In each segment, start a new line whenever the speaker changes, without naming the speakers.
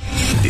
The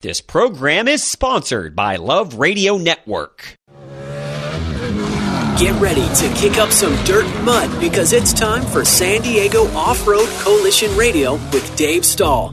This program is sponsored by Love Radio Network.
Get ready to kick up some dirt and mud because it's time for San Diego Off Road Coalition Radio with Dave Stahl.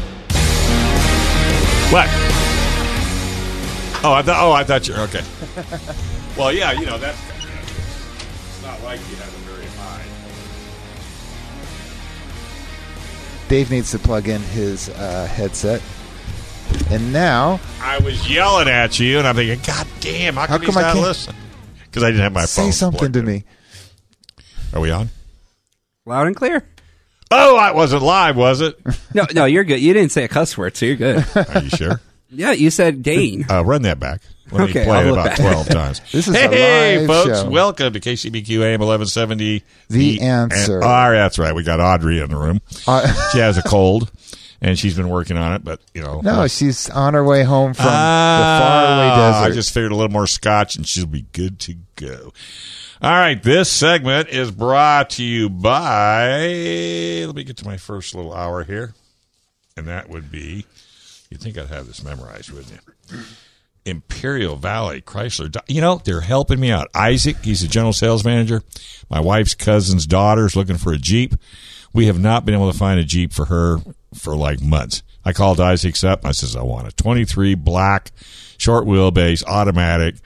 What? Oh, I thought. Oh, I thought you. Okay. well, yeah, you know that's. It's not like you have a very high.
Dave needs to plug in his uh, headset. And now,
I was yelling at you, and I'm thinking, God damn, how,
How
come
come
he's
I
not
can't-
listening? Because I didn't have my phone.
say something
plugged
to
in.
me.
Are we on?
Loud and clear.
Oh, I wasn't live, was it?
No, no, you're good. You didn't say a cuss word, so you're good.
Are you sure?
yeah, you said Dane.
Uh, run that back. Let me
Okay,
play
I'll
it
look
about
back.
12 times.
This is a
hey,
live
folks.
show.
Welcome to KCBQ AM 1170.
The answer.
An- Ah, that's right. We got Audrey in the room.
Uh,
She has a cold, and she's been working on it, but, you know.
no, she's on her way home from the
Ah,
faraway desert.
I just figured a little more scotch, and she'll be good to go. All right. This segment is brought to you by. Let me get to my first little hour here, and that would be. You'd think I'd have this memorized, wouldn't you? Imperial Valley Chrysler. Do- You know, they're helping me out. Isaac, he's the general sales manager. My wife's cousin's daughter's looking for a Jeep. We have not been able to find a Jeep for her for like months. I called Isaac's up. I says, I want a 23 black, short wheelbase, automatic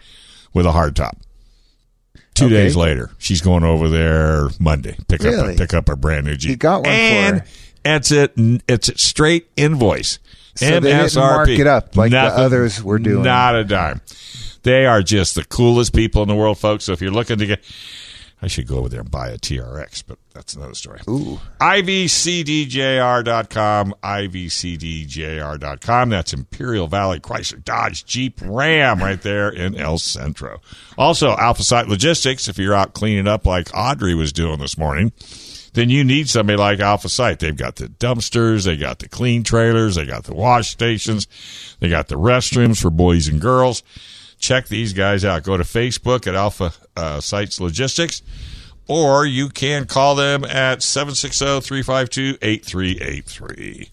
with a hard top. Two
Okay.
days later, she's going over there Monday. Pick up,
Really?
a, pick up a brand new Jeep.
He got one for
and
her.
It's a it's a straight invoice.
So they didn't
MSRP.
mark it up like the
Nothing.
others were doing.
Not a dime. They are just the coolest people in the world, folks. So if you're looking to get, I should go over there and buy a TRX, but that's another story. Ooh. IVCDJR.com, IVCDJR.com. That's Imperial Valley Chrysler Dodge Jeep Ram right there in El Centro. Also, Alpha Site Logistics, if you're out cleaning up like Audrey was doing this morning then you need somebody like Alpha Site. They've got the dumpsters, they got the clean trailers, they got the wash stations, they got the restrooms for boys and girls. Check these guys out. Go to Facebook at Alpha uh, Sites Logistics, or you can call them at 760 352 8383.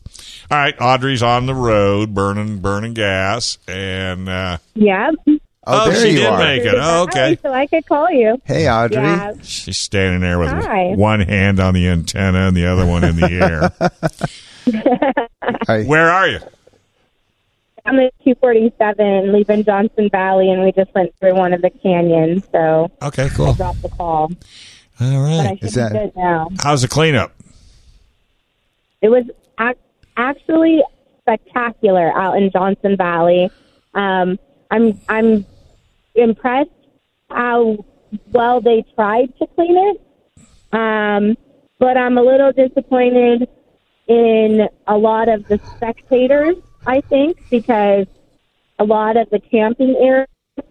All right, Audrey's on the road, burning, burning gas, and uh,
Yeah.
oh, there
she
you
did
are.
make it. Oh, okay,
So I could call you.
hey, Audrey.
Yeah.
she's standing there with
Hi.
one hand on the antenna and the other one in the air.
I-
Where are you?
I'm at 247, leaving Johnson Valley, and we just went through one of the canyons. So
Okay, cool. All
dropped the call. But I
right.
should
Is that-
be good now.
How's the cleanup?
It was ac- actually spectacular out in Johnson Valley. Um, I'm I'm impressed how well they tried to clean it, um, but I'm a little disappointed in a lot of the spectators. I think because a lot of the camping areas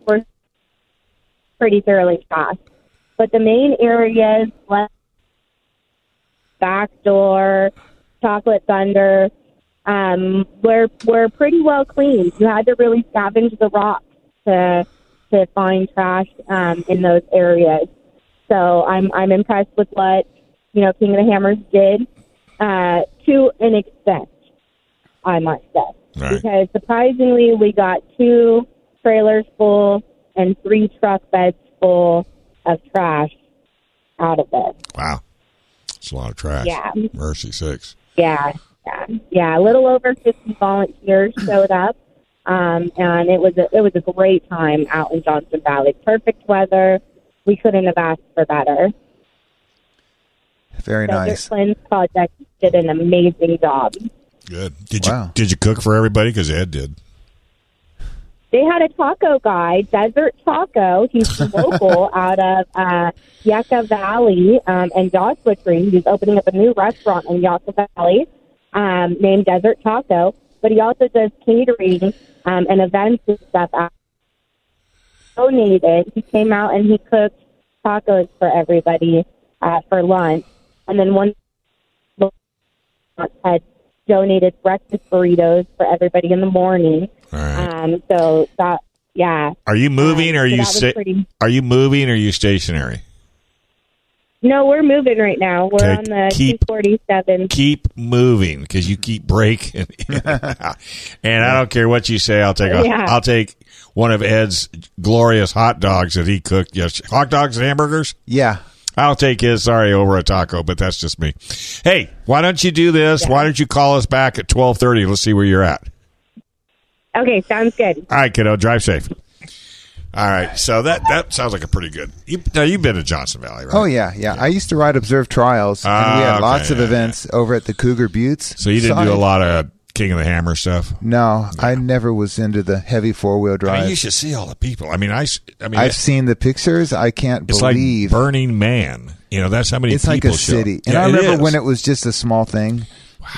were pretty thoroughly trashed, but the main areas like backdoor, chocolate thunder, um, were were pretty well cleaned. You had to really scavenge the rocks to to find trash um, in those areas. So I'm I'm impressed with what you know King of the Hammers did uh, to an extent, I must say,
Right.
because surprisingly we got two trailers full and three truck beds full of trash out of it.
Wow. It's a lot of trash.
Yeah.
Mercy six.
Yeah, yeah, yeah. A little over 50 volunteers showed up, um, and it was a, it was a great time out in Johnson Valley. Perfect weather. We couldn't have asked for better.
Very
Desert
nice.
Cleanse Project did an amazing job.
Good. Did you
Wow.
did you cook for everybody? Because Ed did.
They had a taco guy, Desert Taco. He's local out of uh, Yucca Valley um, and Joshua Tree. He's opening up a new restaurant in Yucca Valley um, named Desert Taco. But he also does catering um, and events and stuff. out- Donated. He came out and he cooked tacos for everybody uh, for lunch. And then one had donated breakfast burritos for everybody in the morning.
All right.
Um, so that, yeah.
Are you moving?
um,
or are
so
you
that was
sta-
pretty-
Are you moving? Or are you stationary?
No, we're moving right now. We're
Okay,
on the
keep-
247.
Keep moving because you keep breaking. and I don't care what you say. I'll take. A,
Yeah.
I'll take one of Ed's glorious hot dogs that he cooked. Yes, hot dogs and hamburgers.
Yeah.
I'll take his sorry over a taco, but that's just me. Hey, why don't you do this? Why don't you call us back at twelve thirty? Let's see where you're at.
Okay, sounds good.
All right, kiddo, drive safe. All right, so that that sounds like a pretty good. You, now you've been to Johnson Valley, right?
Oh yeah, yeah. I used to ride observe trials, and we
Ah,
had
okay,
lots of
yeah,
events over at the Cougar Buttes.
So you didn't
So
do
I-
a lot of King of the Hammer stuff.
No, I never was into the heavy four wheel
I mean,
drive.
you should see all the people. I mean, I, s- I mean,
I've
it-
seen the pictures. I can't
it's like
believe
Burning Man. You know, that's how many
it's like
people
a
show.
city. And
Yeah,
I remember
is.
when it was just a small thing,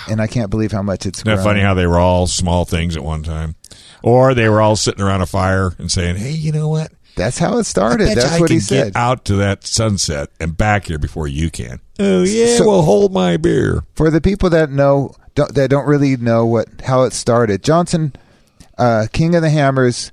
and I can't believe how much it's.
Isn't that
grown.
funny how they were all small things at one time, or they were all sitting around a fire and saying, "Hey, you know what?
That's how it started.
bet
That's
you I
what he
can
said.
Get out to that sunset and back here before you can. Oh yeah,
So-
well hold my beer.
For the people that know don't, that don't really know what how it started, Johnson, uh, King of the Hammers,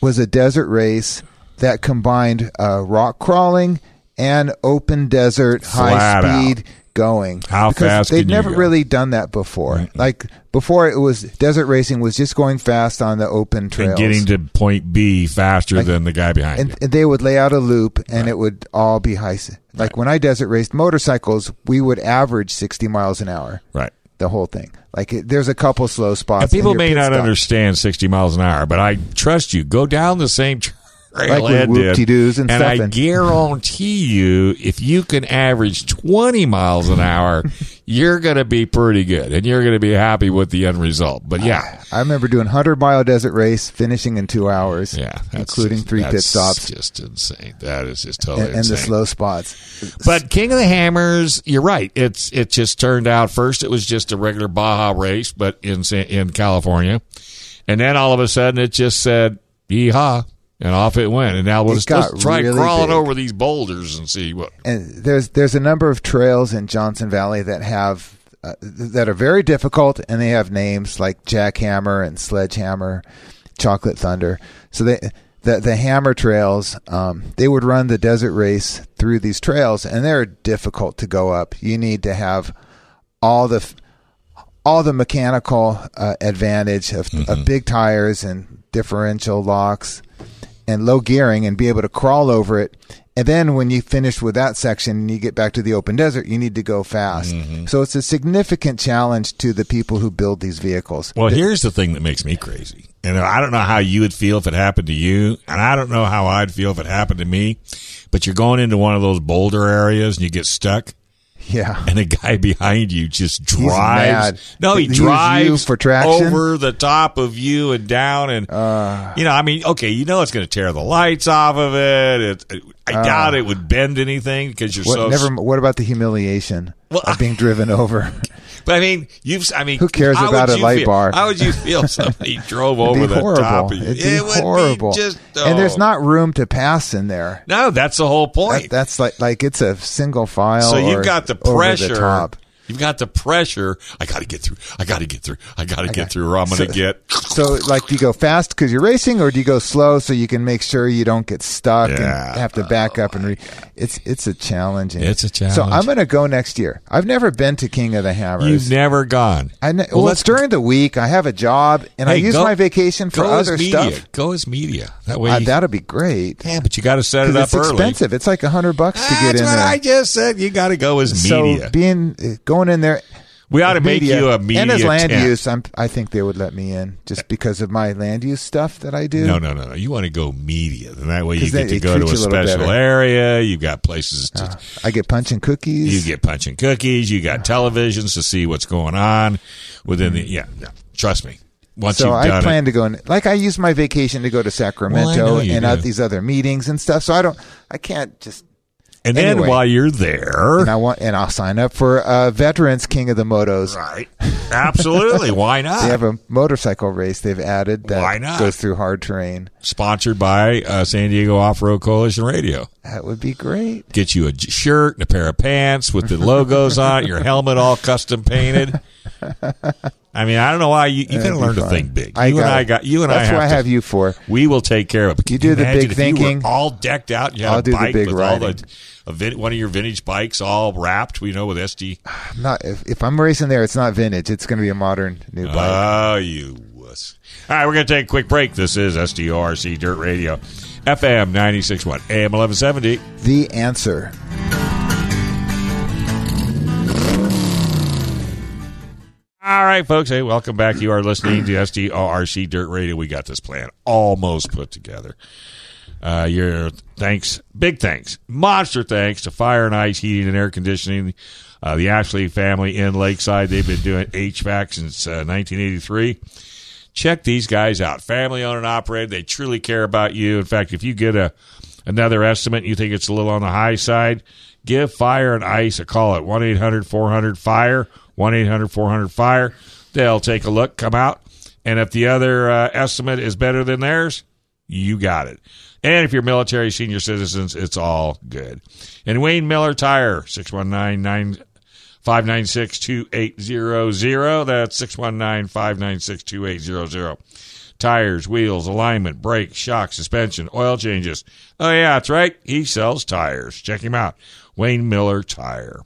was a desert race that combined uh, rock crawling and open desert high
Flat
speed going.
How
Because
fast
They'd
can you
never
go?
really done that before. Like before, it was desert racing was just going fast on the open trails.
And getting to point B faster
Like-
than the guy behind
and,
you.
and they would lay out a loop and it would all be high s- like when i desert raced motorcycles we would average 60 miles an hour
Right.
the whole thing like it, there's a couple slow spots
And people
your
may
pit
not
stop.
understand 60 miles an hour, but I trust you. Go down the same trail
Like with
Ed did,
whoop-de-doos and stuff
I
and-
guarantee you, if you can average 20 miles an hour, you're going to be pretty good, and you're going to be happy with the end result. But yeah,
i remember doing 100 mile desert race finishing in two hours
yeah, that's
including
just-
three pit
that's
stops
Just insane. That is just totally
and, and the
insane.
slow spots
But King of the Hammers, you're right. It's it just turned out first it was just a regular Baja race, but in Sa- in California, and then all of a sudden it just said yeehaw, and off it went. And now let's,
got
let's try
really
crawling
big.
over these boulders and see what.
and there's there's a number of trails in johnson valley that have uh, th- that are very difficult and they have names like jackhammer and sledgehammer Chocolate Thunder. So they the the hammer trails, um, they would run the desert race through these trails, and they're difficult to go up. You need to have all the f- all the mechanical uh, advantage of,
Mm-hmm.
of big tires and differential locks and low gearing and be able to crawl over it. And then when you finish with that section and you get back to the open desert, you need to go fast.
Mm-hmm.
So it's a significant challenge to the people who build these vehicles.
Well, here's the thing that makes me crazy, and I don't know how you would feel if it happened to you, and I don't know how I'd feel if it happened to me. But you're going into one of those boulder areas and you get stuck,
Yeah.
and the guy behind you just
He's
drives.
mad.
No, he
Th- use
drives
you for traction? Uh.
over the top of you and down, and you know, I mean, okay, you know, it's going to tear the lights off of it. It, I doubt it would bend anything because you're
Uh. What,
so.
never. What about the humiliation
Well,
of being driven over?
but I mean, you've. I mean,
Who cares
how
about
would
a
you
light
feel-
bar?
How would you feel if somebody drove
It'd
over
be
the top? Of
horrible.
you?
It'd be
it would
horrible.
Be just,
And there's
oh.
not room to pass in there.
No, that's the whole
That-
point.
that's like like it's a single file.
so
or
you've got the
over
pressure.
top.
You've got the pressure. I got to get through. I got to get through. I got to get through, or I'm going to
So-
get.
So like, do you go fast because you're racing, or do you go slow so you can make sure you don't get stuck
Yeah.
and have to back up and re- it's it's a challenge.
It's a
So I'm
challenge.
going to go next year. I've never been to King of the Hammers.
You've never gone.
I know,
Well,
well,
let's-
it's during the week. I have a job, and I
Hey,
use
go-
my vacation for
go as
other
media.
stuff.
Go as media. That way,
Uh,
you,
that'll be great.
yeah, but you got to set it
'Cause
up
it's
early.
expensive. It's like a hundred bucks to
That's
get in
what
there.
I just said. You got to go as
so
media.
being uh, going in there,
We ought to make
media.
you a media
and as land
tent.
use. I'm, I think they would let me in just because of my land use stuff that I do.
No, no, no, no. You want to go media, and that way you
'Cause
get
then
to
it
go to
treats
a
you a little
special
better. Uh,
area. You've got places to.
I get punch and
you
cookies.
get punch and cookies. You got
Uh,
televisions to see what's going on within the. Yeah, yeah. Trust me. Once
so
you've done
I
it,
plan to go in. Like I use my vacation to go to Sacramento
know you
and
do.
out these other meetings and stuff. So I don't. I can't just.
and then
anyway.
while you're there,
And I want. And I'll sign up for uh, Veterans King of the Motos.
right? Absolutely. Why
They
not?
have a motorcycle race they've added that
Why not?
goes through hard terrain.
Sponsored by uh, San Diego Off Road Coalition Radio.
That would be great.
Get you a j- shirt and a pair of pants with the logos on it. Your helmet all custom painted. I mean, I don't know why you, you got to
That'd be
learn to
fun.
think big.
I
you and
got
I
it.
got you and I
That's
have
what I
to-
have you for.
We will take care of it.
You
Can
do the
imagine
big
if you were
thinking.
all decked out. and You had
I'll
a
do the
bike
big
with all
riding.
the a vin- one of your vintage bikes all wrapped. You know, with SD.
I'm not if, if I'm racing there, it's not vintage. It's going to be a modern new bike.
Oh, you wuss. All right, we're going to take a quick break. This is SDRC Dirt Radio, FM 96.1, AM 1170.
the answer.
All right, folks. Hey, welcome back. You are listening to SDRC Dirt Radio. We got this plan almost put together. Uh, your thanks, big thanks, monster thanks to Fire and Ice Heating and Air Conditioning, uh, the Ashley family in Lakeside. They've been doing HVAC since uh, 1983. Check these guys out. Family owned and operated. They truly care about you. In fact, if you get a another estimate and you think it's a little on the high side, give Fire and Ice a call at 1 800 400 Fire, 1 800 400 Fire. E. They'll take a look, come out, and if the other uh, estimate is better than theirs, you got it. And if you're military, senior citizens, it's all good. And Wayne Miller Tire, 619 596 2800. That's 619 596 2800. Tires, wheels, alignment, brakes, shock, suspension, oil changes. Oh, yeah, that's right. He sells tires. Check him out. Wayne Miller Tire.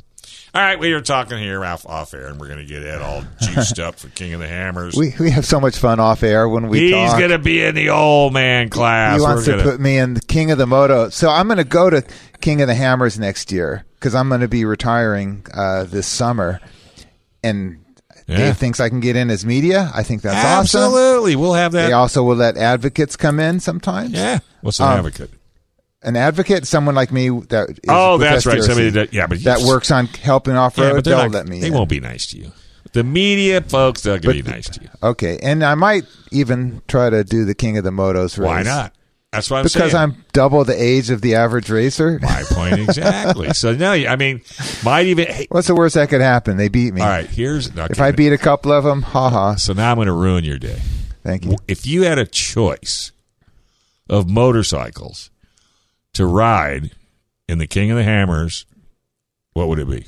All right, we are talking here off, off air, and we're going to get Ed all juiced up for King of the Hammers.
We we have so much fun off air when we
He's
talk.
going to be in the old man class.
he
We're
wants to
gonna-
put me in the King of the Moto. So I'm going to go to King of the Hammers next year because I'm going to be retiring uh, this summer. And
Yeah.
Dave thinks I can get in as media. I think that's awesome.
Absolutely. We'll have that.
They also will let advocates come in sometimes.
yeah. What's an
Um,
advocate?
An advocate, someone like me that is
Oh,
with
that's right.
SDRC,
Somebody that- yeah, but you-
that works on helping off road.
Yeah, but they're
they'll
not,
let me.
they
in.
won't be nice to you. The media folks, they'll be nice to you.
Okay, and I might even try to do the King of the Motos race.
Why not? That's what I'm saying.
Because I'm double the age of the average racer.
my point exactly. so no, I mean, might even. Hey,
What's the worst that could happen? They beat me.
all right, here's okay,
If I beat a couple of them, haha.
So now I'm going to ruin your day.
Thank you.
If you had a choice of motorcycles to ride in the King of the Hammers, what would it be?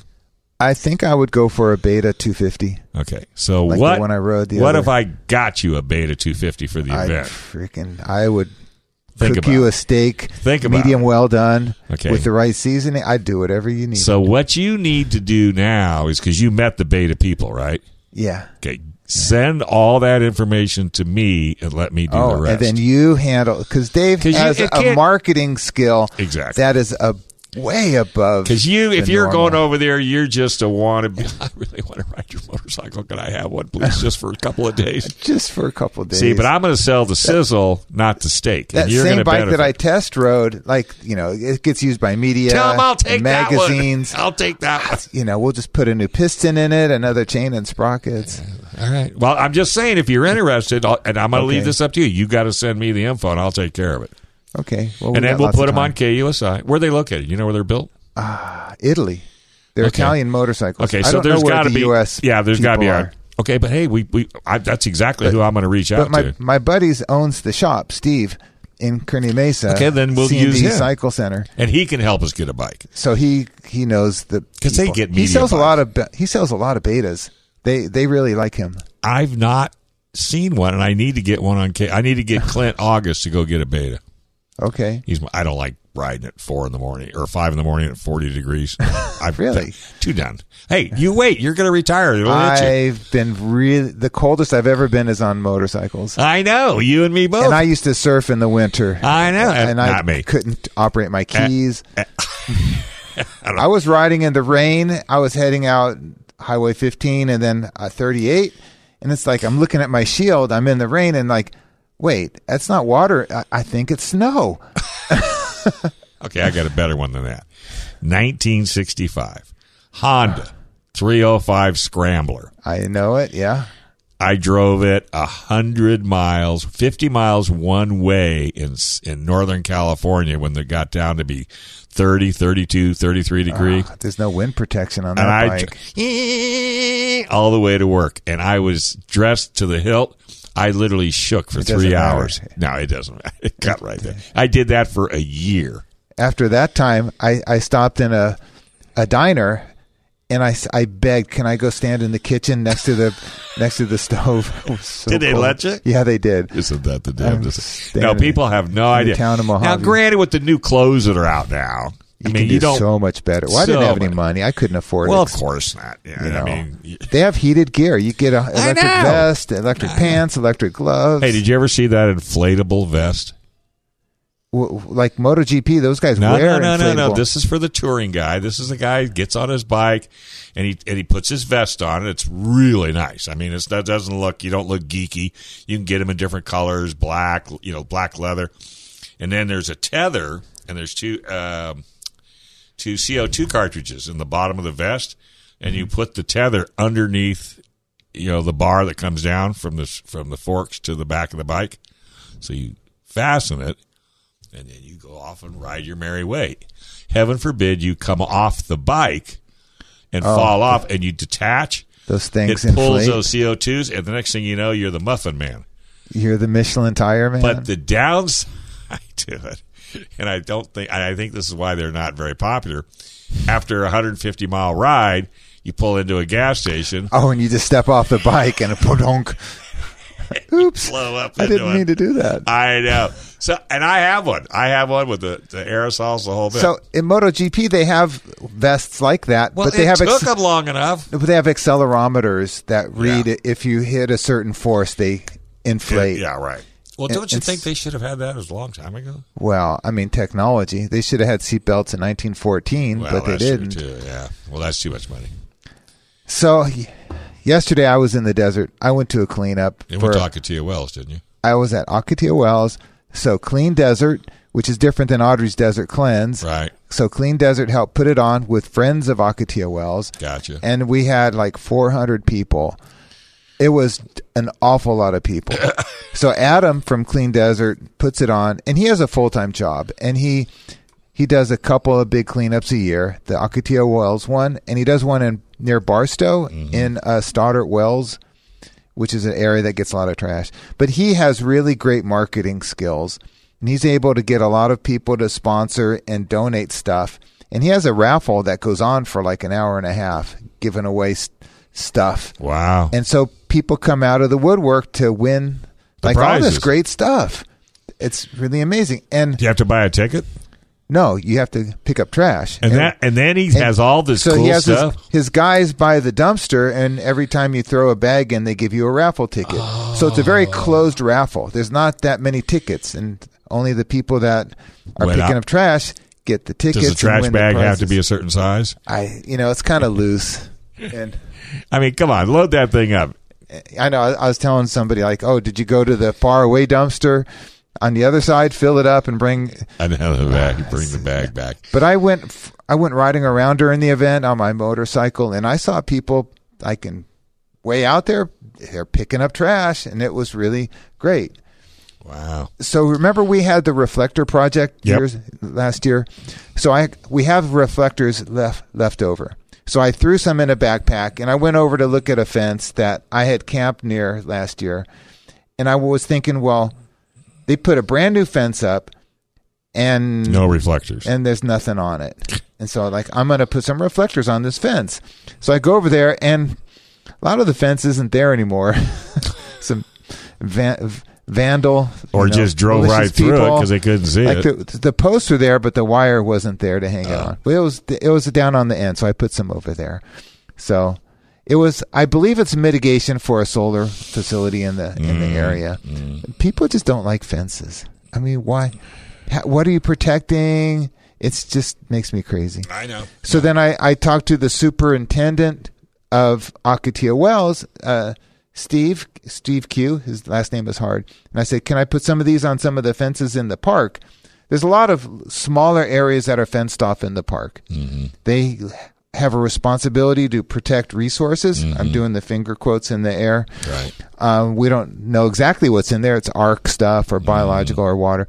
I think I would go for a Beta 250.
Okay, so
Like the
what?
one I rode the
what
other-
if I got you a Beta 250 for the
I
event?
freaking, I would
Think
cook
about
you
it.
a steak,
Think about
medium
it.
well done,
Okay.
with the right seasoning. I'd do whatever you need.
So what you need to do now is because you met the beta people, right?
yeah.
Okay, send all that information to me and let me do the
Oh,
rest.
and then you handle because Dave
'Cause you-
has
it
a
can't-
marketing skill
Exactly.
that is a way above.
because you, if
the
you're
normal.
going over there, you're just a wannabe. I really want to ride your motorcycle. Can I have one, please, just for a couple of days?
just for a couple days.
See, but I'm going to sell the sizzle, not the steak.
that
and you're
same
gonna
bike that I
benefit.
test rode, like you know, it gets used by media,
tell them I'll take
and uh, magazines.
That one. I'll take that one.
You know, we'll just put a new piston in it, another chain and sprockets.
All right. Well, I'm just saying, if you're interested, I'll, and I'm going to leave
Okay.
this up to you. You got to send me the info, and I'll take care of it.
Okay, well,
and
got
then we'll
lots
put
of
them on
time.
KUSI. Where are they located? You know where they're built?
Italy. They're
Okay.
Italian motorcycles.
Okay,
I
so
don't know
there's
where
got to
the
be
U.S.
yeah, there's got to be
people
a-
are.
okay, but hey, we we I, that's exactly who I'm going to reach out
But my
to.
my buddies owns the shop, Steve, in Kearney Mesa.
Okay, then we'll
C&D
use him.
Cycle Center.
and he can help us get a bike.
So he he knows the
'Cause they
people.
get
he
media
sells a
buys.
lot of be- he sells a lot of betas. They they really like him.
I've not seen one, and I need to get one on K. I need to get Clint August to go get a beta.
Okay,
He's my, I don't like riding at four in the morning or five in the morning at forty degrees. I've
Really?
too done. Hey, you wait. You're going to retire. It'll hit you.
I've been really the coldest I've ever been is on motorcycles,
I know you and me both.
and I used to surf in the winter.
Oh. I know,
and I
not me. Eh,
couldn't operate my keys. I was riding in the rain. I was heading out. Highway 15 and then uh, 38, and it's like I'm looking at my shield. I'm in the rain, and like, wait, that's not water. I, I think it's snow.
Okay, I got a better one than that. 1965 Honda 305 Scrambler.
I know it. Yeah.
I drove it a hundred miles, fifty miles one way in s- in Northern California when it got down to be 30, 32, 33 degree,
There's no wind protection on that
and I
Ah, bike.
dr- all the way to work, and I was dressed to the hilt. I literally shook for
doesn't
three
matter.
hours. No, it doesn't. matter. It got right there. I did that for a year.
after that time, I, I stopped in a a diner, and I, s- I begged, can I go stand in the kitchen next to the next to the stove? It was so
Did they
cold.
let you?
Yeah, they did.
Isn't that the
I'm
damnedest?
standing
No, people have no
in the
idea.
town of
now,
Mojave.
granted, with the new clothes that are out now, I mean,
You can do
you don't.
so much better. Well, I didn't
so
have any
much-
money. I couldn't afford
well,
it.
of course not. Yeah,
you know.
I mean, y-
they have heated gear. You get a electric
know.
vest, electric pants, electric gloves.
hey, did you ever see that inflatable vest?
W- w- like MotoGP, those guys
No, no,
wear
no,
inflatable.
no, no. This is for the touring guy. This is the guy who gets on his bike and he and he puts his vest on. And it's really nice. I mean, it's that doesn't look. You don't look geeky. You can get them in different colors, black, you know, black leather, and then there's a tether and there's two um, two CO two cartridges in the bottom of the vest, and you put the tether underneath, you know, the bar that comes down from the from the forks to the back of the bike. So you fasten it and then you go off and ride your merry way. Heaven forbid you come off the bike and fall off and you detach.
those Oh, things
it pulls
inflate.
those CO2s, and the next thing you know, you're the muffin man.
You're the Michelin tire man.
But the downside to it, and I don't think, and I think this is why they're not very popular. After a 150 mile ride, you pull into a gas station,
oh, and you just step off the bike and a podonk. Oops.
blow up.
I
into
didn't
a-
mean to do that.
I know. So, and I have one. I have one with the, the aerosols, the whole bit.
So in MotoGP, they have vests like that,
well,
but they
it
have
took
acc-
'em long enough.
but they have accelerometers that read i- if you hit a certain force, they inflate.
Yeah, right. Well, don't you
it's-
think they should have had that as a long time ago?
Well, I mean, technology. They should have had seatbelts in 1914,
Well,
but they
that's true,
didn't.
Too, yeah. Well, that's too much money.
So y- yesterday, I was in the desert. I went to a cleanup.
You
for-
went to Akatia Wells, didn't you?
I was at Akatia Wells. So clean desert, which is different than Audrey's desert cleanse.
Right.
So Clean Desert helped put it on with friends of Akatia Wells.
Gotcha.
And we had like 400 people. It was an awful lot of people. so Adam from Clean Desert puts it on and he has a full-time job and he he does a couple of big cleanups a year, the Akatia Wells one and he does one in near Barstow in uh, Stoddart Wells which is an area that gets a lot of trash. But he has really great marketing skills, and he's able to get a lot of people to sponsor and donate stuff. And he has a raffle that goes on for like an hour and a half, giving away s stuff.
Wow.
And so people come out of the woodwork to win
The
like all
prizes.
this great stuff. It's really amazing. And
Do you have to buy a ticket?
no, you have to pick up trash.
And that, and then he
and
has all this
so
cool
he has his-
stuff.
His, guys by the dumpster, and every time you throw a bag in, they give you a raffle ticket. So it's a very
Oh.
closed raffle. There's not that many tickets, and only the people that are
Went
picking
out.
up trash get the tickets.
Does the
and
trash
win the
bag have to be a
prizes.
certain size?
I, you know, it's kind of loose, and
I mean, come on, load that thing up.
I know I, I was telling somebody like, "Oh, did you go to the far away dumpster on the other side? Fill it up and bring."
And have the bag. Bring the bag back.
But I went, f- I went riding around during the event on my motorcycle, and I saw people I can way out there. They're picking up trash, and it was really great.
Wow.
So remember, we had the reflector project
Yep.
years last year. So I we have reflectors left left over. So I threw some in a backpack, and I went over to look at a fence that I had camped near last year, and I was thinking, well, they put a brand new fence up, and
No reflectors.
and there's nothing on it. And so like I'm gonna put some reflectors on this fence. So I go over there and a lot of the fence isn't there anymore. some van- v- vandal
Or
you know,
just drove right
malicious
through it
people.
'cause they couldn't see it.
like
Oh.
The, the posts were there, but the wire wasn't there to hang it on. But it was it was down on the end, so I put some over there. So it was I believe it's mitigation for a solar facility in the in the
Mm,
area. People just don't like fences. I mean, why? ha- What are you protecting? It's just makes me crazy.
I know.
So then I, I talked to the superintendent of Akatia Wells, uh, Steve Steve Q, his last name is hard, and I said, "Can I put some of these on some of the fences in the park?" There's a lot of smaller areas that are fenced off in the park. They have a responsibility to protect resources. I'm doing the finger quotes in the air. Right. Um, we don't know exactly what's in there. It's arc stuff or biological or water.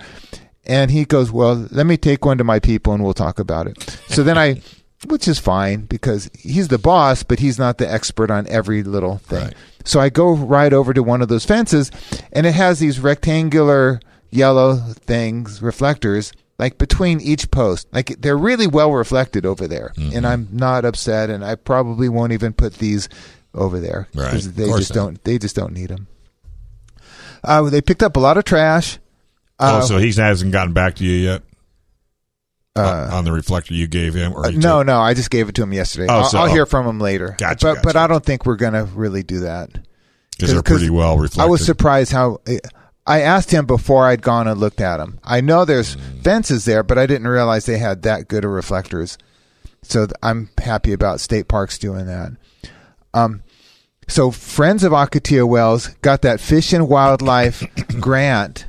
And he goes, Well, let me take one to my people and we'll talk about it. So then I, which is fine because he's the boss, but he's not the expert on every little thing.
Right.
So I go right over to one of those fences and it has these rectangular yellow things, reflectors, like between each post. Like they're really well reflected over there. And I'm not upset and I probably won't even put these over there
Right.
'cause
Of
they
course
just
not.
don't they just don't need them. Uh, they picked up a lot of trash. Uh,
oh, so he hasn't gotten back to you yet on, on the reflector you gave him, or
Uh,
you
no,
took-
no, I just gave it to him yesterday.
Oh,
I'll,
so-
I'll hear from him later.
Gotcha,
but but
gotcha.
I don't think we're gonna really do that.
'cause they're pretty well reflected.
I was surprised how I asked him before I'd gone and looked at him. I know there's
Hmm.
fences there, but I didn't realize they had that good of reflectors. So th- I'm happy about state parks doing that. Um, so friends of Akatia Wells got that fish and wildlife grant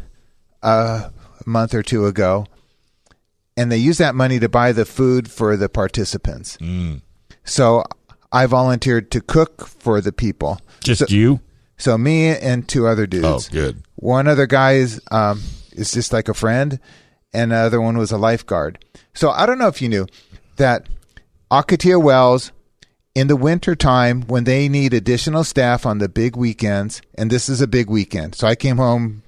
uh, a month or two ago, and they used that money to buy the food for the participants.
Hmm.
So I volunteered to cook for the people.
Just
So-
you?
so me and two other dudes.
Oh, good.
One other guy is um, is just like a friend, and the other one was a lifeguard. So I don't know if you knew that Akatia Wells in the winter time when they need additional staff on the big weekends, and this is a big weekend. So I came home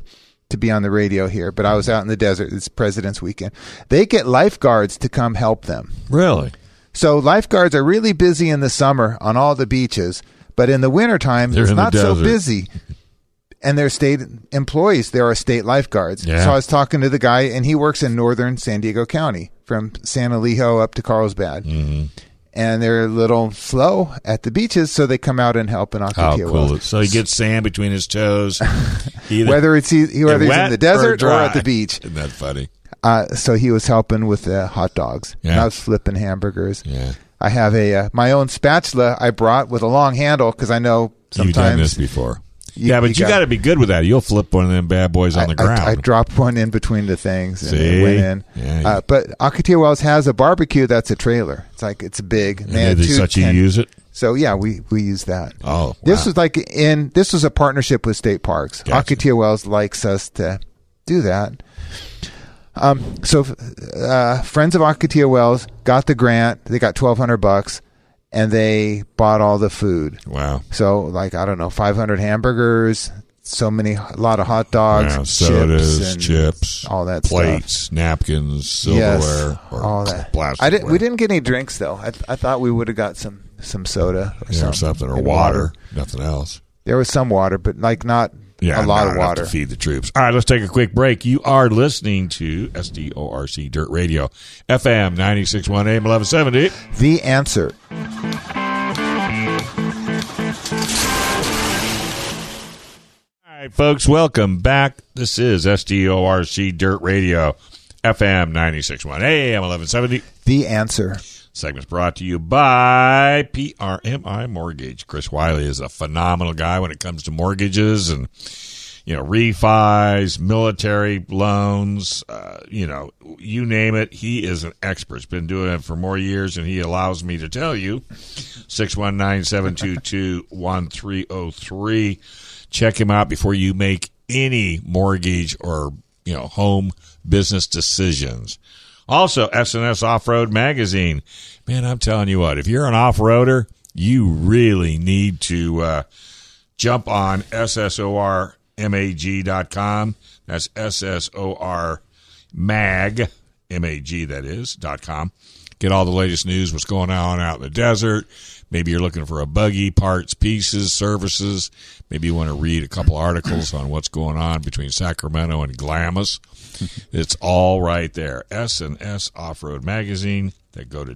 to be on the radio here, but I was out in the desert. It's President's Weekend. They get lifeguards to come help them.
Really?
So lifeguards are really busy in the summer on all the beaches, but in the wintertime,
They're
it's
in the
not so
desert.
busy. And they're state employees. There are state lifeguards.
Yeah.
So I was talking to the guy, and he works in northern San Diego County from San Alejo up to Carlsbad.
Mm-hmm.
And they're a little slow at the beaches, so they come out and help in
How
Ocotillo.
Oh, cool! So he gets sand between his toes, either
Whether it's e- whether he's
wet
in the desert or,
dry.
at the beach.
Isn't that funny?
Uh, so he was helping with the hot dogs.
Yeah.
And I was flipping hamburgers.
Yeah.
I have a uh, my own spatula I brought with a long handle because I know
You've done this
sometimes
before.
you-
yeah, but
you
you
got-
got to be good with that. You'll flip one of them bad boys on
I,
the ground.
I, I dropped one in between the things and it
See?
went in.
Yeah, you-
Uh, but Akatia Wells has a barbecue that's a trailer. It's like it's big. And they had
and
two
they let you
tent-
use it.
So yeah, we we use that.
Oh, wow.
this was like in this was a partnership with state parks.
Gotcha.
Akatia Wells likes us to do that. Um, so uh, friends of Akatia Wells got the grant. They got twelve hundred bucks, and they bought all the food.
Wow.
So like I don't know, five hundred hamburgers, so many, a lot of hot dogs,
Yeah,
chips,
sodas,
and
chips,
all that
plates,
stuff.
napkins, silverware,
Yes,
or
all that.
plastic.
I didn't. We didn't get any drinks though. I, I thought we would have got some some soda or
or
something.
something, or
Maybe
water, nothing else.
There was some water, but like not
Yeah,
a lot
not
of
enough
water.
to feed the troops. All right, let's take a quick break. You are listening to SDORC Dirt Radio, FM 96.1 AM 1170.
The answer.
All right, folks, welcome back. This is SDORC Dirt Radio, FM 96.1 AM 1170.
The answer.
Segment's brought to you by PRMI Mortgage. Chris Wiley is a phenomenal guy when it comes to mortgages and you know refis, military loans, uh, you know, you name it. He is an expert. He's been doing it for more years, and he allows me to tell you six one nine seven two two one three zero three. Check him out before you make any mortgage or you know home business decisions. Also, SNS Off Road Magazine. Man, I'm telling you what, if you're an off roader, you really need to uh, jump on SSORMAG.com. That's SSOR mag, M-A-G that is, dot com. Get all the latest news, what's going on out in the desert. Maybe you're looking for a buggy, parts, pieces, services. Maybe you want to read a couple articles on what's going on between Sacramento and Glamis. It's all right there. S&S Off-Road Magazine. Then go to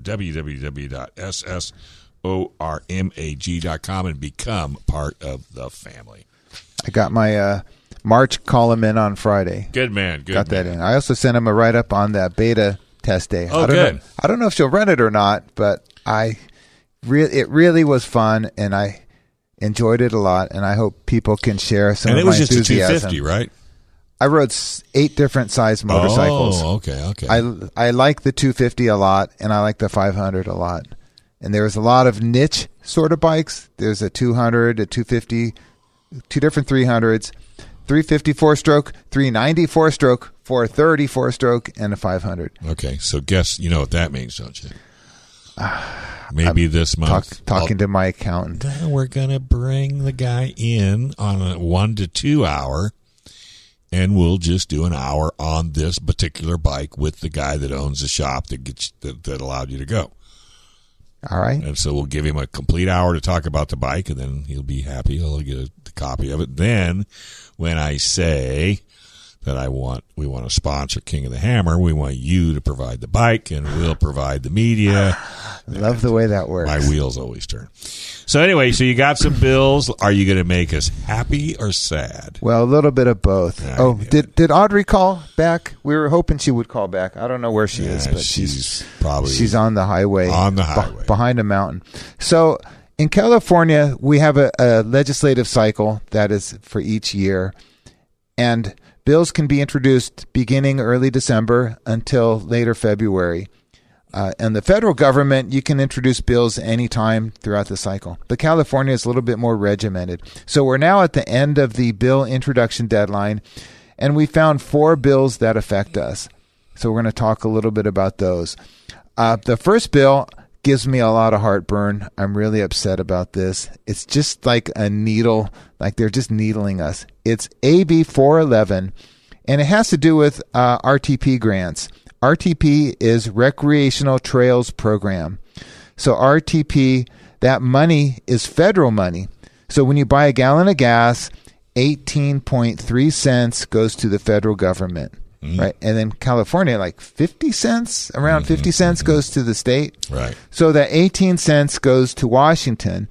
www.ssormag.com and become part of the family.
I got my uh, March column in on Friday.
Good man. Good
got
man.
that in. I also sent him a write up on that beta test day.
Oh,
I don't
good.
Know, I don't know if she'll run it or not, but I re- it really was fun, and I enjoyed it a lot. And I hope people can share some
and it
of
was
my
just a
enthusiasm.
250, right?
I rode s- eight different size motorcycles.
Oh, okay, okay.
I I like the 250 a lot, and I like the 500 a lot. And there was a lot of niche sort of bikes. There's a 200, a 250, two different 300s, 350 four stroke, 390 four stroke, 430 four stroke, and a 500.
okay, so guess you know what that means, don't you? Maybe this
Talk,
month. Oh,
talking to my accountant.
Then we're going to bring the guy in on a one to two hour, and we'll just do an hour on this particular bike with the guy that owns the shop that gets that, that allowed you to go.
All right.
And so we'll give him a complete hour to talk about the bike, and then he'll be happy. He'll get a, copy of it. Then, when I say that I want, we want to sponsor King of the Hammer. We want you to provide the bike, and we'll provide the media.
Love the way that works.
My wheels always turn. So anyway, so you got some bills. Are you going to make us happy or sad?
Well, a little bit of both.
Yeah,
oh,
yeah.
did did Audrey call back? We were hoping she would call back. I don't know where she is,
Yeah,
but she's
probably
She's on the highway.
On the
beh-
highway.
behind a mountain. So in California, we have a, a legislative cycle that is for each year. And bills can be introduced beginning early December until later February. Uh, and the federal government, you can introduce bills anytime throughout the cycle. But California is a little bit more regimented. So we're now at the end of the bill introduction deadline, and we found four bills that affect us. So we're going to talk a little bit about those. Uh, the first bill gives me a lot of heartburn. I'm really upset about this. It's just like a needle, like they're just needling us. It's AB 411, and it has to do with uh, RTP grants. RTP is Recreational Trails Program. So RTP, that money is federal money. So when you buy a gallon of gas, 18.3 cents goes to the federal government. Right. And then California, like 50 cents, around 50 cents goes to the state.
Right.
So that 18 cents goes to Washington.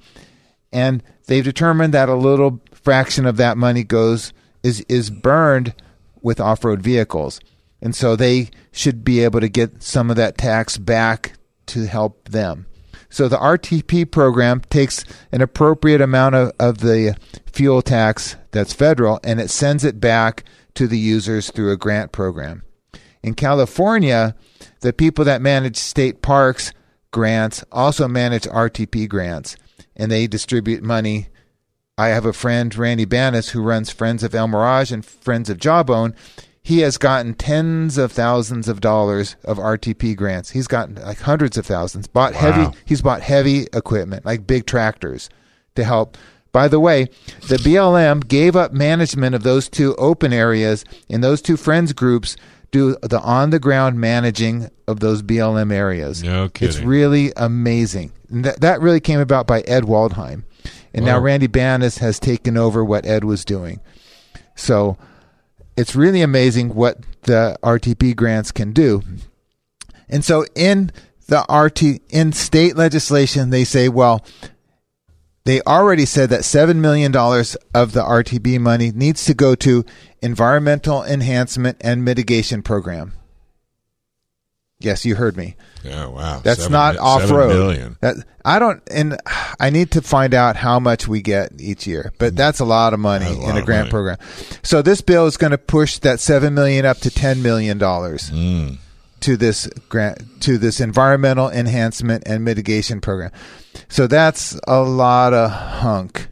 And they've determined that a little fraction of that money goes is is burned with off-road vehicles. And so they should be able to get some of that tax back to help them. So the RTP program takes an appropriate amount of, of the fuel tax that's federal and it sends it back to the users through a grant program. In California, the people that manage state parks grants also manage RTP grants and they distribute money. I have a friend, Randy Bannis, who runs Friends of El Mirage and Friends of Jawbone. He has gotten tens of thousands of dollars of RTP grants. He's gotten like hundreds of thousands. Bought heavy. He's bought heavy equipment, like big tractors, to help. By the way, the BLM gave up management of those two open areas, and those two friends groups do the on-the-ground managing of those BLM areas.
No
It's
kidding.
really amazing. And that, that really came about by Ed Waldheim. And now Randy Bannis has taken over what Ed was doing. So it's really amazing what the RTP grants can do. And so in the RT in state legislation they say, well, they already said that $7 million of the RTB money needs to go to environmental enhancement and mitigation program. Yes, you heard me.
Oh wow,
That's
Seven
not
mi-
off
seven
road.
million.
That I don't, and I need to find out how much we get each year. But that's a lot of money
Hmm. That's a lot
in a
of
grant
money.
program. So this bill is going to push that seven million up to ten million dollars
Hmm.
to this grant to this environmental enhancement and mitigation program. So that's a lot of hunk.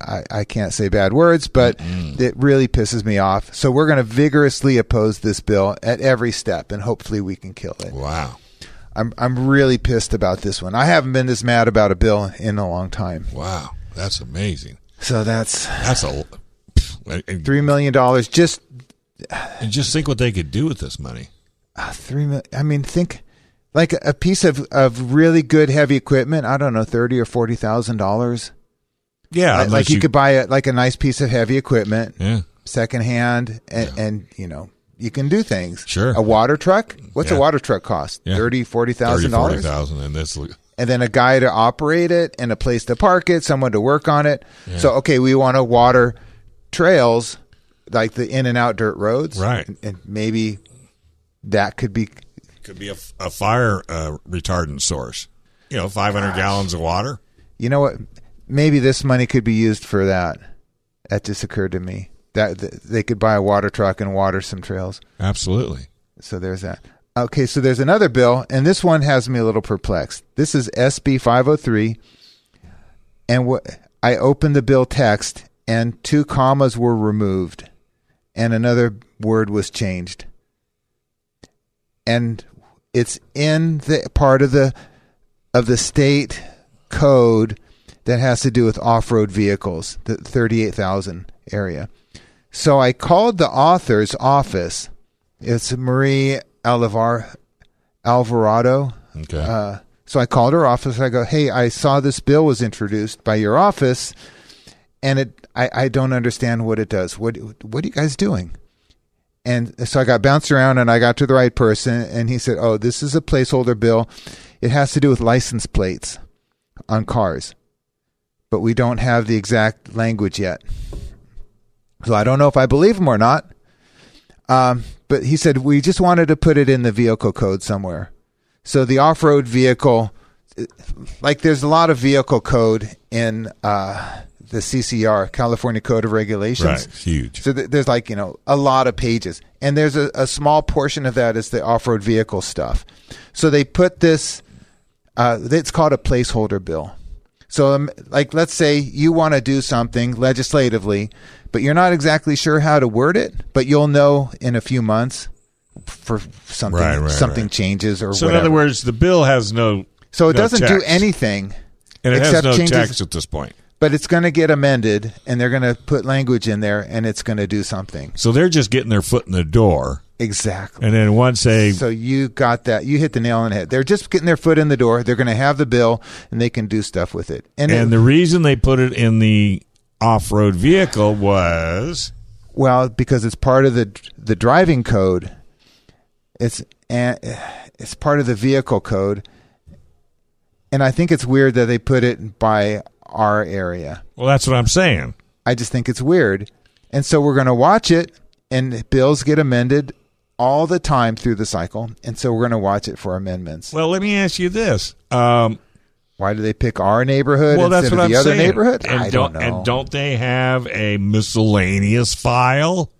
I, I can't say bad words, but it really pisses me off. So we're going to vigorously oppose this bill at every step, and hopefully we can kill it.
Wow,
I'm I'm really pissed about this one. I haven't been this mad about a bill in a long time.
wow, that's amazing.
So that's
That's a and,
three million dollars. Just
and just think what they could do with this money.
uh, three. mil- I mean, think like a piece of of really good heavy equipment. I don't know, thirty or forty thousand dollars.
Yeah,
Like,
unless
like you, could buy a, like a nice piece of heavy equipment,
Yeah,
secondhand, and, and you know you can do things.
Sure.
A water truck. What's a
Yeah.
water truck cost?
Yeah.
Thirty, forty
thirty
thousand
forty
dollars.
thousand, and this look-
and then a guy to operate it and a place to park it, someone to work on it. So okay, we want to water trails like the in and out dirt roads,
Right.
And, and maybe that could be
could be a, a fire uh, retardant source. you know, 500 gallons of water.
You know what? Maybe this money could be used for that. That just occurred to me. That th- they could buy a water truck and water some trails.
Absolutely.
So there's that. Okay, so there's another bill, and this one has me a little perplexed. This is SB 503, and what I opened the bill text, and two commas were removed, and another word was changed, and it's in the part of the of the state code that has to do with off-road vehicles, the 38,000 area. So I called the author's office. It's Marie Alvar Alvarado.
Okay.
Uh, so I called her office. I go, hey, I saw this bill was introduced by your office, and it I, I don't understand what it does. What what are you guys doing? And so I got bounced around, and I got to the right person, and he said, oh, this is a placeholder bill. It has to do with license plates on cars, but we don't have the exact language yet. So I don't know if I believe him or not. Um, but he said we just wanted to put it in the vehicle code somewhere. So the off-road vehicle, like there's a lot of vehicle code in uh, the CCR, California Code of Regulations.
Right. Huge.
So th- there's like you know a lot of pages, and there's a, a small portion of that is the off-road vehicle stuff. So they put this. Uh, it's called a placeholder bill. So, um, like, let's say you want to do something legislatively, but you're not exactly sure how to word it, but you'll know in a few months for something
Right, right,
something
right.
changes or
so, in
whatever.
other words, the bill has no.
so it
no
doesn't do
text.
anything,
And it has
except
no
changes-
text at this point.
but it's going to get amended, and they're going to put language in there, and it's going to do something.
So they're just getting their foot in the door.
Exactly.
And then once they.
So you got that. You hit the nail on the head. They're just getting their foot in the door. They're going to have the bill, and they can do stuff with it. And, it-
and the reason they put it in the off road vehicle was.
Well, because it's part of the the driving code. It's and it's part of the vehicle code, and I think it's weird that they put it by our area.
Well, that's what I'm saying.
I just think it's weird, and so we're going to watch it, and bills get amended all the time through the cycle, and so we're going to watch it for amendments.
Well, let me ask you this. Um,
Why do they pick our neighborhood
well, that's
instead
what
of
I'm
the other
saying.
neighborhood?
And
I don't, know.
And don't they have a miscellaneous file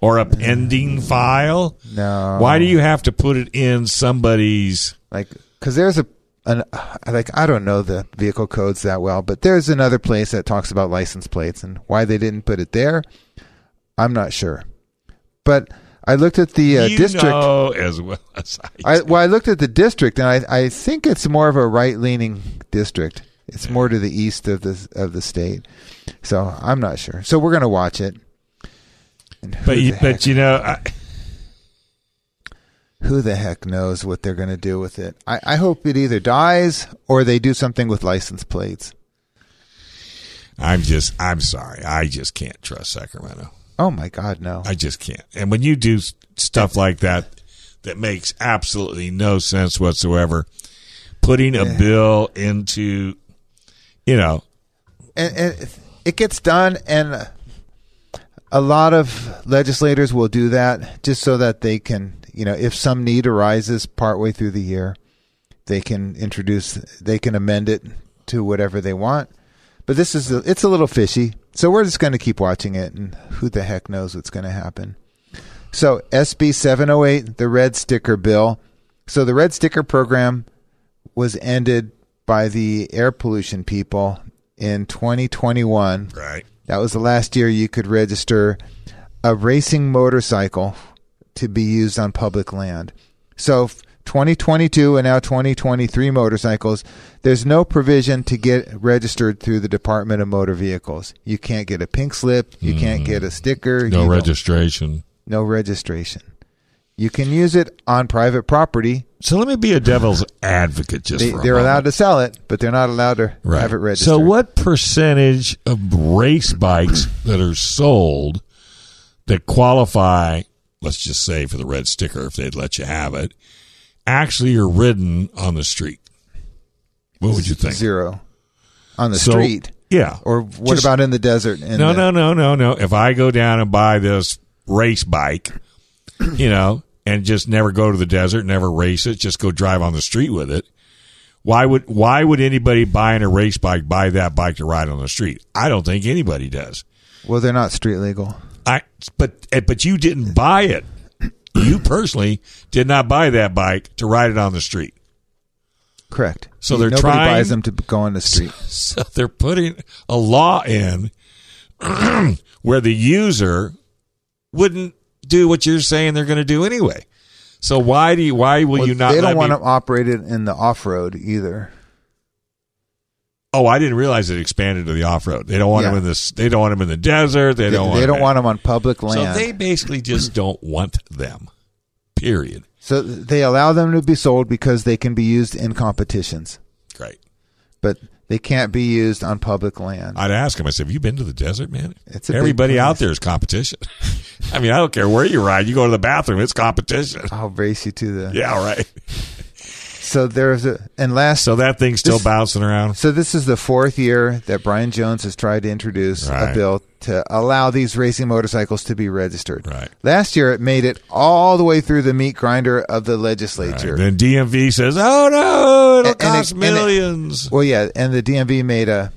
or a pending file?
Mm. No.
Why do you have to put it in somebody's?
like because there's a an like I don't know the vehicle codes that well, but there's another place that talks about license plates and why they didn't put it there. I'm not sure, but I looked at the uh,
you
district.
know as well as I.
I, well, I looked at the district, and I, I think it's more of a right leaning district. It's more to the east of the of the state, so I'm not sure. So we're gonna watch it. And who
but
the
you,
heck-
but you know, I,
who the heck knows what they're gonna do with it? I, I hope it either dies or they do something with license plates.
I'm just. I'm sorry. I just can't trust Sacramento.
Oh my God, no!
I just can't. And when you do s- stuff like that, that makes absolutely no sense whatsoever. Putting a bill into, you know,
and, and it gets done, and a lot of legislators will do that just so that they can, you know, if some need arises partway through the year, they can introduce, they can amend it to whatever they want. But this is, it's a little fishy, so we're just going to keep watching it, and who the heck knows what's going to happen. So SB 708, the red sticker bill. So the red sticker program was ended by the air pollution people in 2021.
right?
That was the last year you could register a racing motorcycle to be used on public land. So, f- 2022 and now 2023 motorcycles, there's no provision to get registered through the Department of Motor Vehicles. You can't get a pink slip, you can't get a sticker, you
No
don't-
registration.
no registration. You can use it on private property.
So let me be a devil's advocate just
They,
for a
they're
moment.
allowed to sell it, but they're not allowed to
right.
have it registered.
So what percentage of race bikes that are sold that qualify, let's just say for the red sticker if they'd let you have it, actually are ridden on the street? What would you think?
Zero on the
So-
street.
Yeah.
Or what
Just-
about in the desert? And
No, no,
the-
no, no, no. If I go down and buy this race bike, you know, and just never go to the desert, never race it, just go drive on the street with it, Why would why would anybody buying a race bike buy that bike to ride on the street? I don't think anybody does.
Well, they're not street legal.
I but eh, but you didn't buy it. You personally did not buy that bike to ride it on the street.
Correct.
So they're
Nobody
trying-
buys them to b- go on the street.
So they're putting a law in where the user wouldn't do what you're saying they're going to do anyway. So why do you, why will
Well,
you not?
they
let
don't want
me-
them operated in the off road either.
Oh, I didn't realize it expanded to the off road. They don't want
Yeah.
them in this. They don't want them in the desert. They,
They,
don't. Want
they don't
them-
want them on public
So
land.
they basically just don't want them. Period.
So they allow them to be sold because they can be used in competitions,
Great.
but they can't be used on public land.
I'd ask him. I said, "Have you been to the desert, man?
It's a big
Everybody
place.
out there is competition. I mean, I don't care where you ride. You go to the bathroom, it's competition.
I'll race you to the.
Yeah, right.
So there's a and last.
So that thing's still
This-
bouncing around.
So this is the fourth year that Brian Jones has tried to introduce
Right.
a bill to allow these racing motorcycles to be registered.
Right.
Last year, it made it all the way through the meat grinder of the
Right.
legislature.
Then DMV says, "Oh no, it'll
And- and
cost
it- and it-
millions.
Well, yeah, and the DMV made a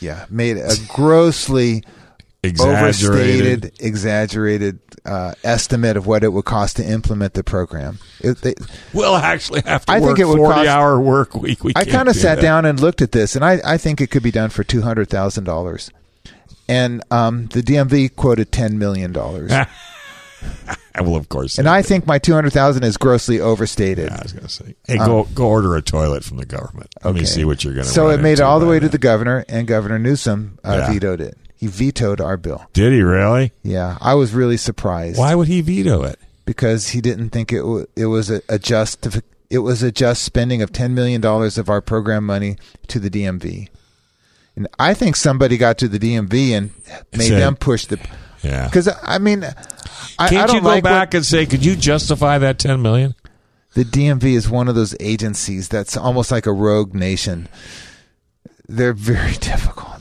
yeah made a grossly overstated, exaggerated uh, estimate of what it would cost to implement the program. It, they,
We'll actually have to
I
work
think it would cost-
forty-hour work week. We
I
can't
kind of
do
sat
that.
down and looked at this, and I, I think it could be done for two hundred thousand dollars. And um, the DMV quoted ten million dollars,
Well, of course.
and
they
I
did.
think my two hundred thousand is grossly overstated.
I was going to say, hey, go go order a toilet from the government. Let me
Uh, Okay.
see what you're going to.
So it made it all the way to the governor, and Governor Newsom uh,
Yeah.
vetoed it. He vetoed our bill.
Did he really?
Yeah, I was really surprised.
Why would he veto it?
because he didn't think it w- it was a, a just it was a just spending of ten million dollars of our program money to the DMV. And I think somebody got to the DMV and made
Said-
them push the
Yeah.
because I mean I, I
Can't
don't
you go
like what-
back and say, could you justify that ten million?
the DMV is one of those agencies that's almost like a rogue nation. They're very difficult.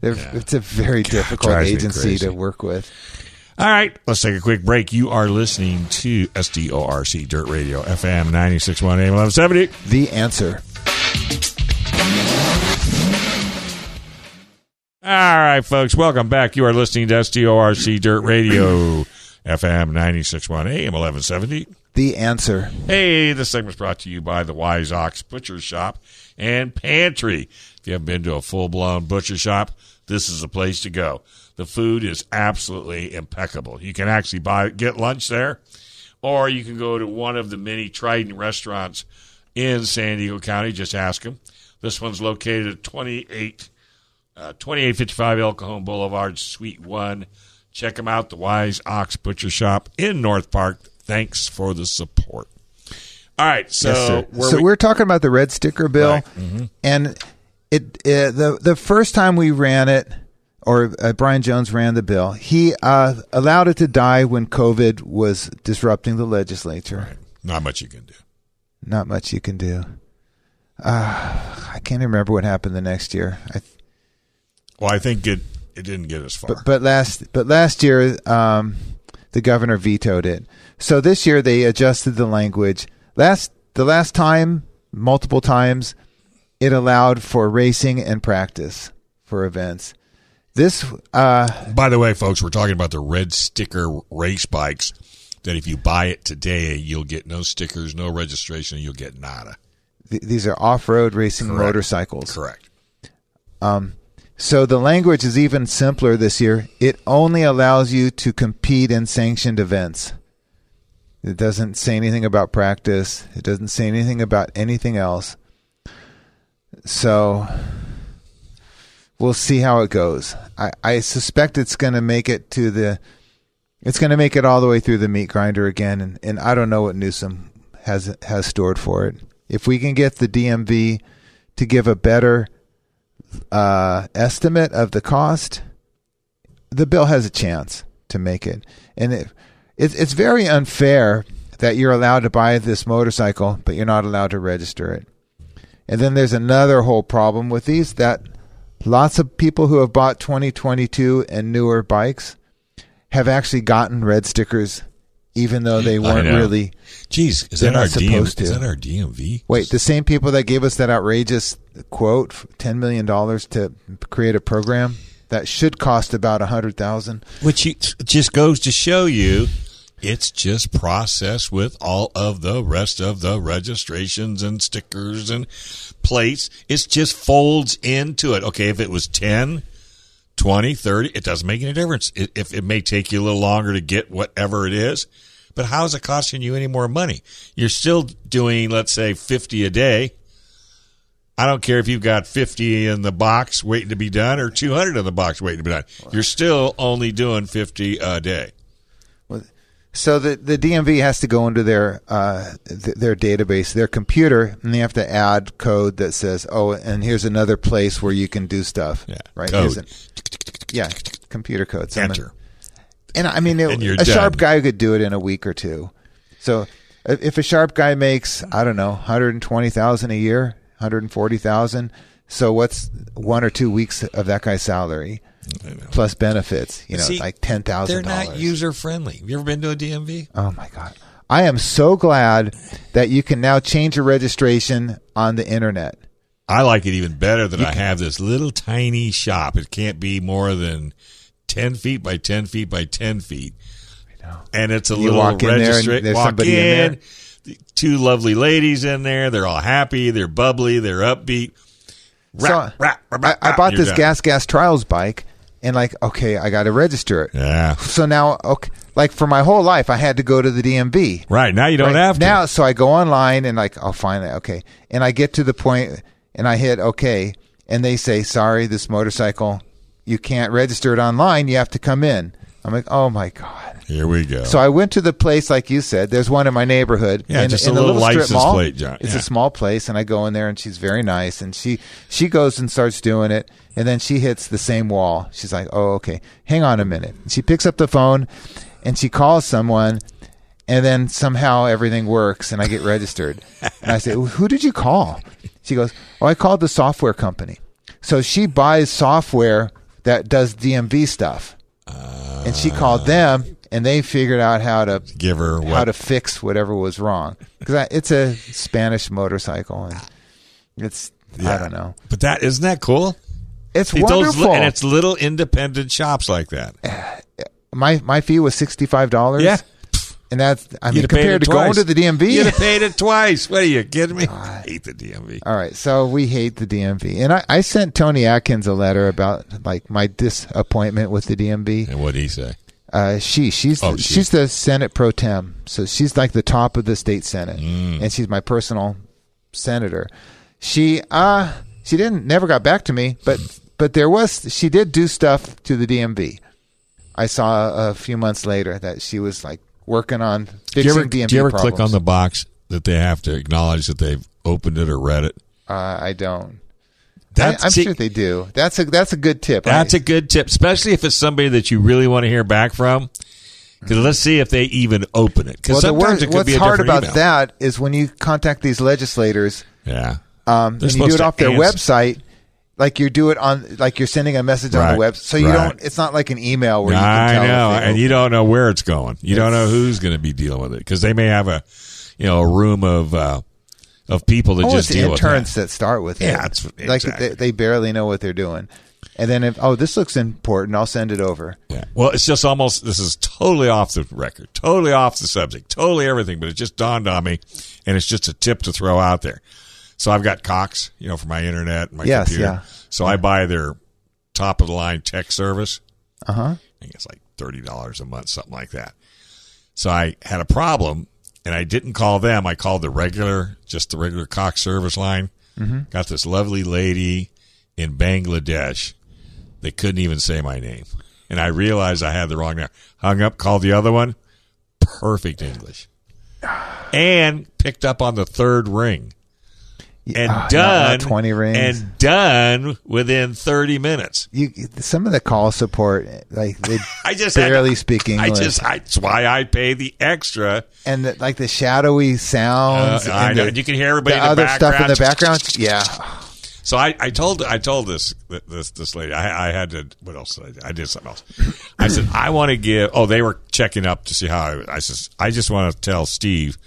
They're, It's a very difficult
drives me
agency
crazy.
to work with.
All right, let's take a quick break. You are listening to SDORC Dirt Radio FM 96.1 AM 1170.
The answer.
All right, folks, welcome back. You are listening to SDORC Dirt Radio FM 96.1 AM 1170.
The answer.
Hey, this segment's brought to you by the Wise Ox Butcher Shop and Pantry. If you haven't been to a full blown butcher shop, this is the place to go. The food is absolutely impeccable. You can actually buy get lunch there, or you can go to one of the many Trident restaurants in San Diego County. Just ask them. This one's located at 28 uh, 2855 El Cajon Boulevard, Suite 1. Check them out, the Wise Ox Butcher Shop in North Park. Thanks for the support. All right, so where
so
we-
we're talking about the red sticker bill,
Right. Mm-hmm.
and it uh, the the first time we ran it, or uh, Brian Jones ran the bill, he uh, allowed it to die when COVID was disrupting the legislature.
not much you can do.
Not much you can do. Uh, I can't remember what happened the next year. I,
Well, I think it it didn't get as far.
but but last but last year, um, the governor vetoed it. So this year they adjusted the language. Last the last time, multiple times, it allowed for racing and practice for events. This uh,
By the way, folks, we're talking about the red sticker race bikes. That if you buy it today, you'll get no stickers, no registration, you'll get nada.
th- these are off-road racing
Correct.
motorcycles.
Correct.
So the language is even simpler this year. It only allows you to compete in sanctioned events. It doesn't say anything about practice. It doesn't say anything about anything else. So we'll see how it goes. I, I suspect it's going to make it to the. It's going to make it all the way through the meat grinder again, and, and I don't know what Newsom has has stored for it. If we can get the DMV to give a better uh, estimate of the cost, the bill has a chance to make it. And it, it's it's very unfair that you're allowed to buy this motorcycle, but you're not allowed to register it. And then there's another whole problem with these that lots of people who have bought 2022 and newer bikes have actually gotten red stickers even though they weren't
know.
really.
Geez, is
They're
that our
not
DMV?
supposed to.
Is that our DMV?
Wait, the same people that gave us that outrageous quote, ten million dollars to create a program that should cost about a hundred thousand.
Which you- just goes to show you, it's just processed with all of the rest of the registrations and stickers and plates. It just folds into it. Okay, if it was 10, 20, 30, it doesn't make any difference. It, if it may take you a little longer to get whatever it is, but how is it costing you any more money? You're still doing, let's say, 50 a day. I don't care if you've got 50 in the box waiting to be done or 200 in the box waiting to be done. You're still only doing 50 a day.
So the the DMV has to go into their uh, th- their database, their computer, and they have to add code that says, "Oh, and here's another place where you can do stuff."
Yeah.
right.
Code.
Here's an- yeah, computer code. So I'm gonna-
Enter.
And I mean, it,
And you're
a sharp
done.
guy could do it in a week or two. So if if a sharp guy makes, I don't know, 120,000 a year, 140,000, so what's one or two weeks of that guy's salary plus benefits, you know,
See,
like $10,000.
They're not user friendly. Have you ever been to a DMV?
Oh my God. I am so glad that you can now change your registration on the internet.
I like it even better that I have this little tiny shop. It can't be more than 10 feet by 10 feet by 10 feet. And it's a
You
little
walk in there and
registra-
there's
walk
somebody in
in,
there?
the two lovely ladies in there. They're all happy. They're bubbly. They're upbeat. Rap,
so
rap, rap,
I, I
rap,
bought
Ah, you're
this
done.
gas gas trials bike and like, okay, I got to register it.
Yeah.
So now, okay, like for my whole life, I had to go to the DMV.
Right. Now you don't
Right.
have to.
Now, so I go online and like I'll find it. Okay, and I get to the point and I hit okay, and they say, "Sorry, this motorcycle, you can't register it online. You have to come in." I'm like, "Oh my god!"
Here we go.
So I went to the place like you said. There's one in my neighborhood.
Yeah,
in,
just
in
a
the
little
strip
license
mall.
plate, John.
It's
Yeah.
a small place, and I go in there, and she's very nice, and she she goes and starts doing it, and then she hits the same wall. She's like, "Oh, okay, hang on a minute." She picks up the phone, and she calls someone, and then somehow everything works, and I get registered. and I say, "Who did you call?" She goes, "Oh, I called the software company." So she buys software that does DMV stuff and she called them and they figured out how to
Give her
how
what?
to fix whatever was wrong because it's a spanish motorcycle and it's i
Yeah.
don't know
But that isn't that cool?
it's
Those li-
wonderful
and it's little independent shops like that.
my my fee was $65
Yeah.
and that's i
You'd
mean
have paid
compared
it
to going
twice.
to the
You'd have
dmv
paid it twice. What are you kidding me? I hate the DMV.
all right so we hate the dmv and I, I sent tony atkins a letter about like my disappointment with the dmv
And what'd he say?
Uh, she she's
Oh,
the,
she.
she's the Senate pro tem, so she's like the top of the state Senate,
Mm.
and she's my personal senator. She uh she didn't never got back to me, but but there was she did do stuff to the DMV. I saw a few months later that she was like working on fixing
Do you ever,
DMV
do you ever
problems.
click on the box that they have to acknowledge that they've opened it or read it?
Uh, I don't.
That's,
I, am
see,
sure they do. That's a that's a good tip.
that's
I-
a good tip, especially if it's somebody that you really want to hear back from. 'Cause let's see if they even open it. Because
well, the
sometimes
wor-
it could
what's
be a
hard
different
about
email.
that is when you contact these legislators.
Yeah.
um,
They're
and you do
supposed
it
to
off their
answer.
website like you do it on like you're sending a message on
Right,
the web so you
right.
don't it's not like an email where you can
I
tell if
know,
they
and
open-
you don't know where it's going. You don't know who's going to be dealing with it because they may have a, you know, a room of uh, of people that
oh,
just
it's
deal with
interns that start with
Yeah,
it
it's-
like
exactly.
they, they barely know what they're doing and then if oh this looks important i'll send it over
that. Yeah. Well, it's just almost this is totally off the record, totally off the subject, totally everything. But it just dawned on me, and it's just a tip to throw out there. So I've got Cox, you know, for my internet, and my
Yes,
computer.
yeah.
So I buy their top of the line tech service.
uh-huh
I think it's like thirty dollars a month, something like that. So I had a problem, and I didn't call them. I called the regular, just the regular Cox service line.
Mm-hmm.
Got this lovely lady in Bangladesh. They couldn't even say my name, and I realized I had the wrong name. Hung up, called the other one. Perfect English, and picked up on the third ring. And
Ah, not- not
done
20 rings
and done within thirty minutes.
you some of the call support like they
I just had to-
barely speak english
I just I, it's why I pay the extra.
and the, like the shadowy sounds
Uh, I
and
know.
the,
You can hear everybody
the
in the
other stuff in
background.
the background yeah
So I, I told I told this this this lady I, I had to what else did I, do? I did something else. I said I want to give. Oh, they were checking up to see how I. I says I just want to tell Steve.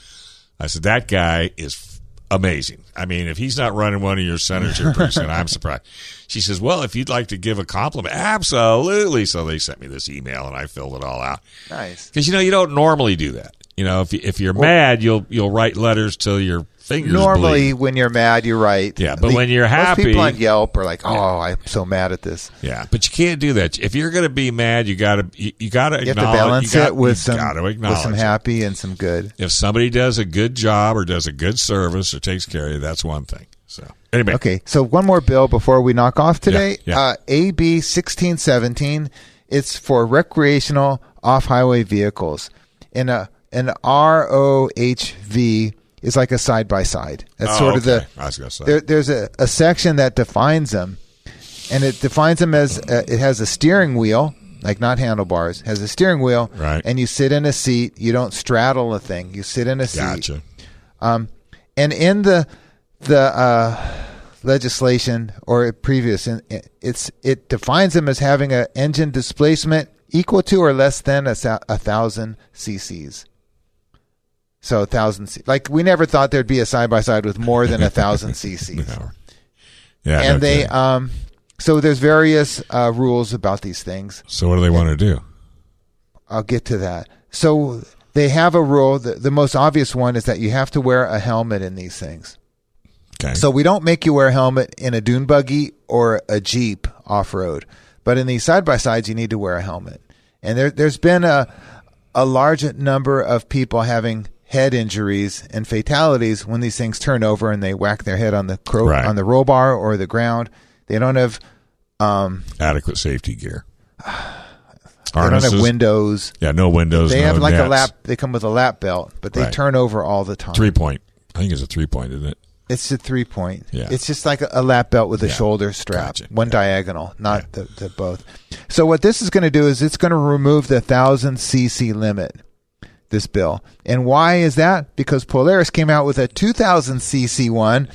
I said that guy is f- amazing. I mean, if he's not running one of your centers here pretty soon, I'm surprised. She says, "Well, if you'd like to give a compliment, absolutely." So they sent me this email and I filled it all out
Nice.
because you know you don't normally do that. You know, if you, if you're mad, you'll you'll write letters till your fingers bleed.
Normally, when you're mad, you're right.
Yeah, but when you're
most
happy-
people on Yelp are like, "Oh, I'm so mad at this."
Yeah, but you can't do that. If you're going to be mad, you got to you, you got to
You have to
acknowledge
balance
you got,
it with
you
some,
got to
with
acknowledge
some
it.
happy and some good.
If somebody does a good job or does a good service or takes care of you, that's one thing. So anyway,
Okay, so one more bill before we knock off today.
Yeah, yeah.
Uh, AB 1617. It's for recreational off-highway vehicles. And a an ROHV is like a side-by-side. That's
Oh,
sort of
okay.
the
I was gonna say.
there, there's a, a section that defines them, and it defines them as uh, it has a steering wheel, like not handlebars, has a steering wheel,
Right.
and you sit in a seat. You don't straddle a thing. You sit in a seat
gotcha.
and in the the uh, legislation or previous, in- it's it defines them as having an engine displacement equal to or less than a, thou- a thousand cc's. So a thousand, c- like we never thought there'd be a side by side with more than a thousand cc's,
No. Yeah, no
and they
kidding.
um, so there's various uh, rules about these things.
so what do they want to do?
I'll get to that. So they have a rule. The, the most obvious one is that you have to wear a helmet in these things.
Okay,
So we don't make you wear a helmet in a dune buggy or a jeep off road, but in these side by sides, you need to wear a helmet. And there, there's been a a large number of people having head injuries and fatalities when these things turn over and they whack their head on the cro-
Right.
on the roll bar or the ground. They don't have um,
adequate safety gear.
they don't
Harnesses.
have windows.
yeah, no windows.
They
no
have like a
nets.
lap. They come with a lap belt, but they
Right.
turn over all the time.
three point. I think it's a three point, isn't it?
It's a three point.
Yeah.
It's just like a, a lap belt with a
Yeah.
shoulder strap,
Gotcha.
one diagonal, not the, the both. So what this is going to do is it's going to remove the thousand cc limit. This bill, and why is that? Because Polaris came out with a 2000 cc one.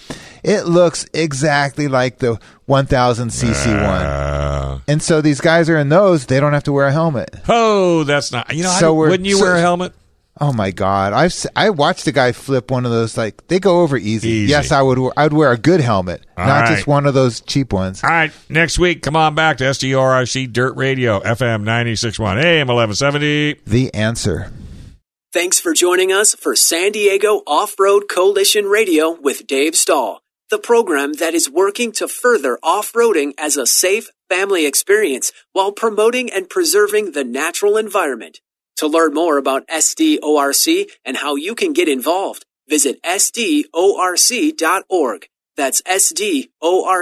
It looks exactly like the 1000 cc one,
Uh,
and so these guys are in those. They don't have to wear a helmet.
oh, that's not. You know, I,
So we're-
wouldn't you
so-
wear a helmet?
Oh my god! I've s- I watched a guy flip one of those like they go over easy.
Easy.
Yes, I would. w- I'd wear a good helmet,
All
not
right.
just one of those cheap ones.
All right, next week, come on back to SDRIC Dirt Radio, FM 96.1, AM 1170.
The answer.
Thanks for joining us for San Diego Off Road Coalition Radio with Dave Stahl, the program that is working to further off roading as a safe family experience while promoting and preserving the natural environment. To learn more about SDORC and how you can get involved, visit SDORC.org. That's